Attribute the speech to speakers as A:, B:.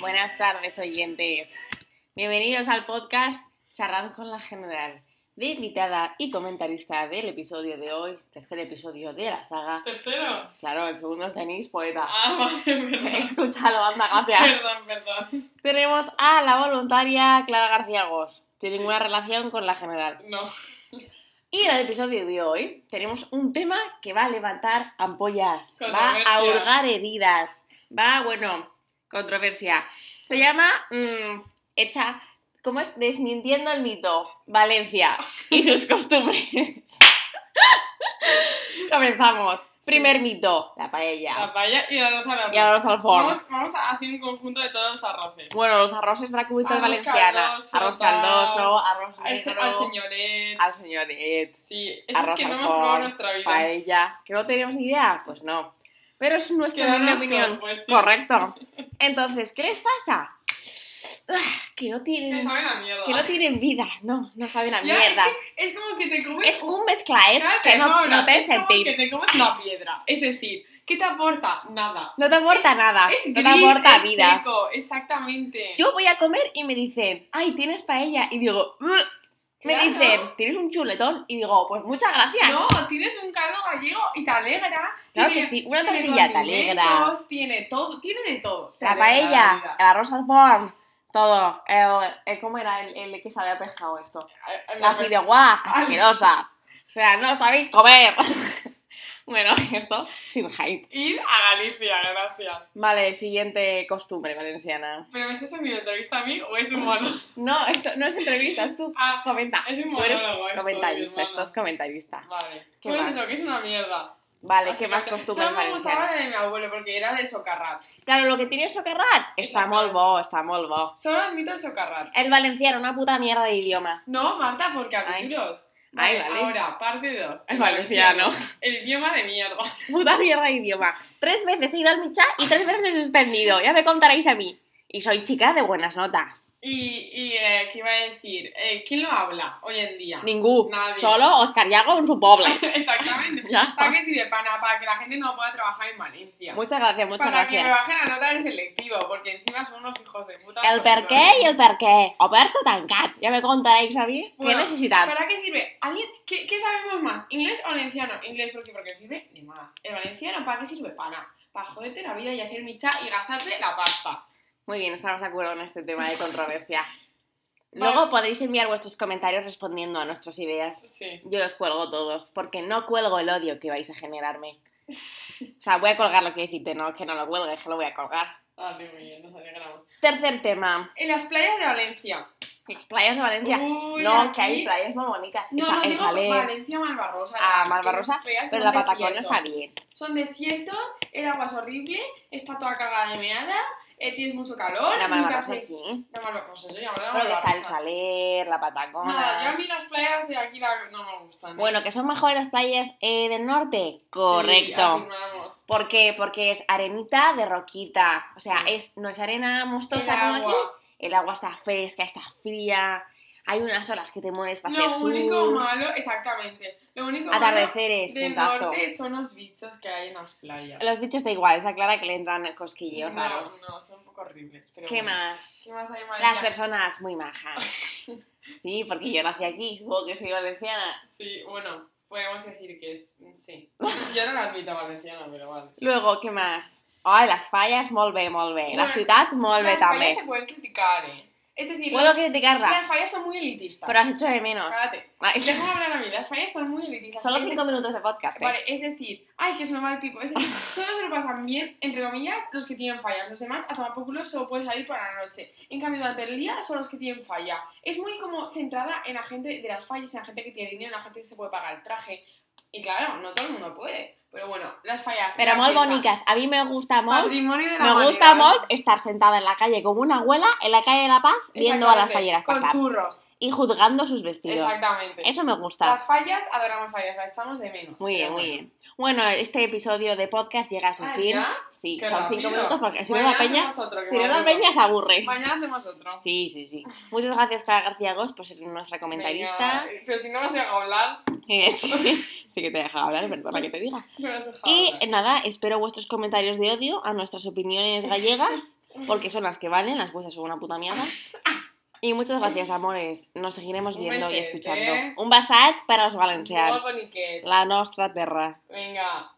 A: buenas tardes oyentes. Bienvenidos al podcast Charrad con la General. De invitada y comentarista del episodio de hoy, tercer episodio de la saga.
B: Tercero.
A: Claro, el segundo es Denise, poeta.
B: Ah, vale, perdón.
A: Escúchalo, anda, gracias.
B: Perdón, perdón.
A: Tenemos a la voluntaria Clara García Gos, sin
B: Sí.
A: ninguna relación con la general.
B: No.
A: Y en el episodio de hoy tenemos un tema que va a levantar ampollas, va
B: Controversia.
A: a hurgar heridas, va, bueno, controversia. Se llama mm, Hecha, ¿cómo es? Desmintiendo el mito, Valencia y sus costumbres. Comenzamos. Primer mito, la paella.
B: La paella y la roza
A: Y ahora los alforns.
B: Vamos, vamos a hacer un conjunto de todos los arroces.
A: Bueno, los arroces de la cubita
B: Arroz
A: valenciana.
B: caldoso,
A: arroz
B: tal.
A: caldoso, arroz
B: al, se-
A: negro,
B: al señoret.
A: al señor Ed,
B: Sí, eso
A: arroz
B: es que no
A: al
B: hemos probado en
A: forn,
B: nuestra vida.
A: paella. ¿Que no teníamos ni idea? Pues no. Pero es nuestra
B: Que da
A: humilde
B: asco,
A: opinión.
B: pues sí.
A: Correcto. Entonces, ¿qué les pasa? Ah, Que no
B: Que
A: tienen,
B: saben a mierda.
A: que no tienen vida. No, no saben a
B: Ya,
A: mierda.
B: Es, que- es como que te comes
A: Es un mezclaet
B: Claro,
A: que no,
B: Paula,
A: no te
B: es como que
A: sentís.
B: te comes una piedra. Es decir, ¿qué te aporta? Nada.
A: No te aporta nada.
B: Es
A: Ah, no
B: gris,
A: te aporta
B: es
A: vida.
B: seco, exactamente.
A: Yo voy a comer y me dicen, ay, tienes paella. Y digo, "Ugh". me
B: Claro.
A: dicen, tienes un chuletón. Y digo, pues muchas gracias.
B: No, tienes un caldo gallego y te alegra.
A: claro
B: tiene-
A: que sí, una
B: tiene
A: tortilla te alegra.
B: condimentos, Tiene todo, tiene de todo. Te
A: La
B: alegra
A: paella,
B: vida.
A: el arroz al forn, todo. El, el- ¿Cómo era el, el que sabía pescado esto?
B: A- a-
A: La
B: me-
A: fideuá, asquerosa. O sea, no sabéis comer. bueno, esto sin hype.
B: Ir a Galicia, gracias.
A: Vale, siguiente costumbre valenciana.
B: ¿Pero me estás haciendo entrevista a mí o es un monólogo?
A: No, esto no es entrevista, es tú.
B: Ah,
A: Comenta.
B: es un
A: Tú eres
B: monólogo. esto,
A: comentarista,
B: Dios,
A: esto es comentarista.
B: Vale.
A: ¿Qué
B: Pues
A: más?
B: eso, que es una mierda.
A: Vale, ¿qué más
B: Básicamente.
A: costumbres
B: Solo me
A: valencianas?
B: gustaba la de mi abuelo porque era de socarrat.
A: Claro, lo que tiene el socarrat està
B: Exacte.
A: molt bo, està molt bo.
B: Solo admito el socarrat.
A: El valenciano, una puta mierda de idioma.
B: No, Marta, por capítulos.
A: Ay, vale.
B: Ahora, parte 2.
A: El valenciano.
B: El idioma de mierda.
A: Puta mierda de idioma. Tres veces he ido al mitjà y tres veces he suspendido. Ya me contaréis a mí. Y soy chica de buenas notas.
B: Y, y eh, ¿qué iba a decir? Eh, ¿Quién lo habla hoy en día?
A: Ningú.
B: Nadie.
A: Solo Oscar Yago en su poble.
B: Exactamente.
A: Ya
B: ¿Para
A: está.
B: qué sirve? Para, para que la gente no pueda trabajar en Valencia.
A: Muchas gracias, muchas
B: para que me
A: gracias.
B: bajen la nota del selectivo, porque encima son unos hijos de puta.
A: El per què i el per què. Obert o tancat. Ya me contaréis a mi qué
B: Bueno,
A: necesitan.
B: ¿Para qué sirve? ¿Alguien? ¿Qué, qué sabemos más? ¿Inglés o valenciano? Inglés, ¿por qué? Porque sirve ni más. ¿El valenciano para qué sirve? Para nada. Para joderte la vida y hacer micha y gastarte la pasta.
A: Muy bien, estamos de acuerdo en este tema de controversia. Luego podéis enviar vuestros comentarios respondiendo a nuestras ideas.
B: Sí.
A: Yo los cuelgo todos, porque no cuelgo el odio que vais a generarme. O sea, voy a colgar lo que deciste, no, que no lo cuelgue, que lo voy a colgar.
B: Vale, muy bien, nos alegramos.
A: Tercer tema,
B: En las playas de Valencia.
A: las playas de Valencia.
B: Uy,
A: no,
B: aquí-
A: que hay playas muy bonitas.
B: No,
A: está
B: no,
A: el
B: digo
A: Saler,
B: Valencia Malvarrosa.
A: Ah,
B: que
A: Malvarrosa,
B: son feas, que
A: pero la
B: son
A: Patagonia
B: desiertos.
A: está bien.
B: Son desiertos, el agua es horrible, está toda cagada de meada, eh, tienes mucho calor,
A: La
B: nunca
A: Malvarrosa
B: hace-
A: sí.
B: La Malvarrosa, yo llamo
A: Pero
B: la
A: que está el
B: Malvarrosa.
A: Saler, la
B: Nada, yo a
A: Patagona.
B: mí las playas de aquí la- no me gustan. ¿eh?
A: Bueno, que son mejores las playas eh, del norte.
B: Sí,
A: Correcto.
B: afirmamos.
A: ¿Por qué? Porque es arenita de roquita. O sea,
B: Sí.
A: es, no es arena
B: El
A: mostosa como aquí,
B: agua.
A: El agua está fresca, está fría. Hay unas horas que te mueres para hacer
B: Lo único
A: surf.
B: malo, exactamente. Lo único
A: Atardeceres,
B: malo del
A: puntazo.
B: norte son los bichos que hay en las playas.
A: Los bichos da igual, es aclara que le entran cosquilleos
B: no,
A: raros.
B: no, son un poco horribles. Pero
A: ¿Qué
B: bueno.
A: más?
B: ¿Qué más hay en
A: Las
B: Valencia?
A: personas muy majas. Sí, porque yo nací aquí, supongo que soy valenciana.
B: Sí, bueno, podemos decir que es. Sí. Yo no la admito valenciana, pero vale.
A: Luego, ¿qué más? Ay, las fallas, molt bé, molt bé. La
B: Bueno,
A: ciudad, molt bé
B: Las fallas se
A: també.
B: pueden criticar, ¿eh? Es decir,
A: Puedo
B: las,
A: criticarlas,
B: las fallas son muy elitistas.
A: pero has hecho de menos.
B: Cállate.
A: Ay,
B: Déjame hablar a mí, las fallas son muy elitistas.
A: Solo
B: Es
A: cinco minutos de podcast,
B: decir,
A: eh.
B: Vale, es decir, ay, que es normal tipo. Es decir, solo se lo pasan bien, entre comillas, los que tienen fallas. Los demás, a tomar por culo, solo pueden salir por la noche. En cambio, durante el día son los que tienen falla. Es muy como centrada en la gente de las fallas, en la gente que tiene dinero, en la gente que se puede pagar el traje. Y claro, no todo el mundo puede. Pero bueno, las fallas.
A: Pero
B: la
A: molt
B: fiesta.
A: boniques. A mí me gusta molt.
B: Patrimonio de la
A: Me gusta
B: humanidad.
A: mucho estar sentada en la calle como una abuela en la calle de La Paz viendo a las
B: Exactamente.
A: falleras
B: Con
A: pasar
B: churros.
A: y juzgando sus vestidos.
B: Exactamente.
A: Eso me gusta.
B: Las fallas, adoramos fallas, las echamos de menos.
A: Muy bien,
B: pero
A: muy
B: bueno.
A: bien. Bueno, este episodio de podcast llega a su
B: Ah,
A: fin.
B: ¿ya?
A: Sí,
B: Qué
A: son cinco
B: rápido.
A: minutos porque si no
B: Mañana
A: la peña,
B: hacemos otro, que
A: si no
B: me
A: la
B: aburro.
A: peña se aburre.
B: Mañana hacemos otro.
A: Sí, sí, sí. Muchas gracias, Clara García Gos, por ser nuestra comentarista.
B: Venga, Pero si no me has dejado hablar,
A: Eh, sí, sí que te he dejado hablar, perdona que te diga.
B: no me has dejado
A: Y
B: hablar.
A: nada, espero vuestros comentarios de odio a nuestras opiniones gallegas. porque son las que valen, las vuestras son una puta mierda. Y muchas gracias, amores. Nos seguiremos
B: Un
A: viendo y
B: besete.
A: escuchando. Un basat para los valencians.
B: Molt boniquet.
A: La nostra terra.
B: Vinga.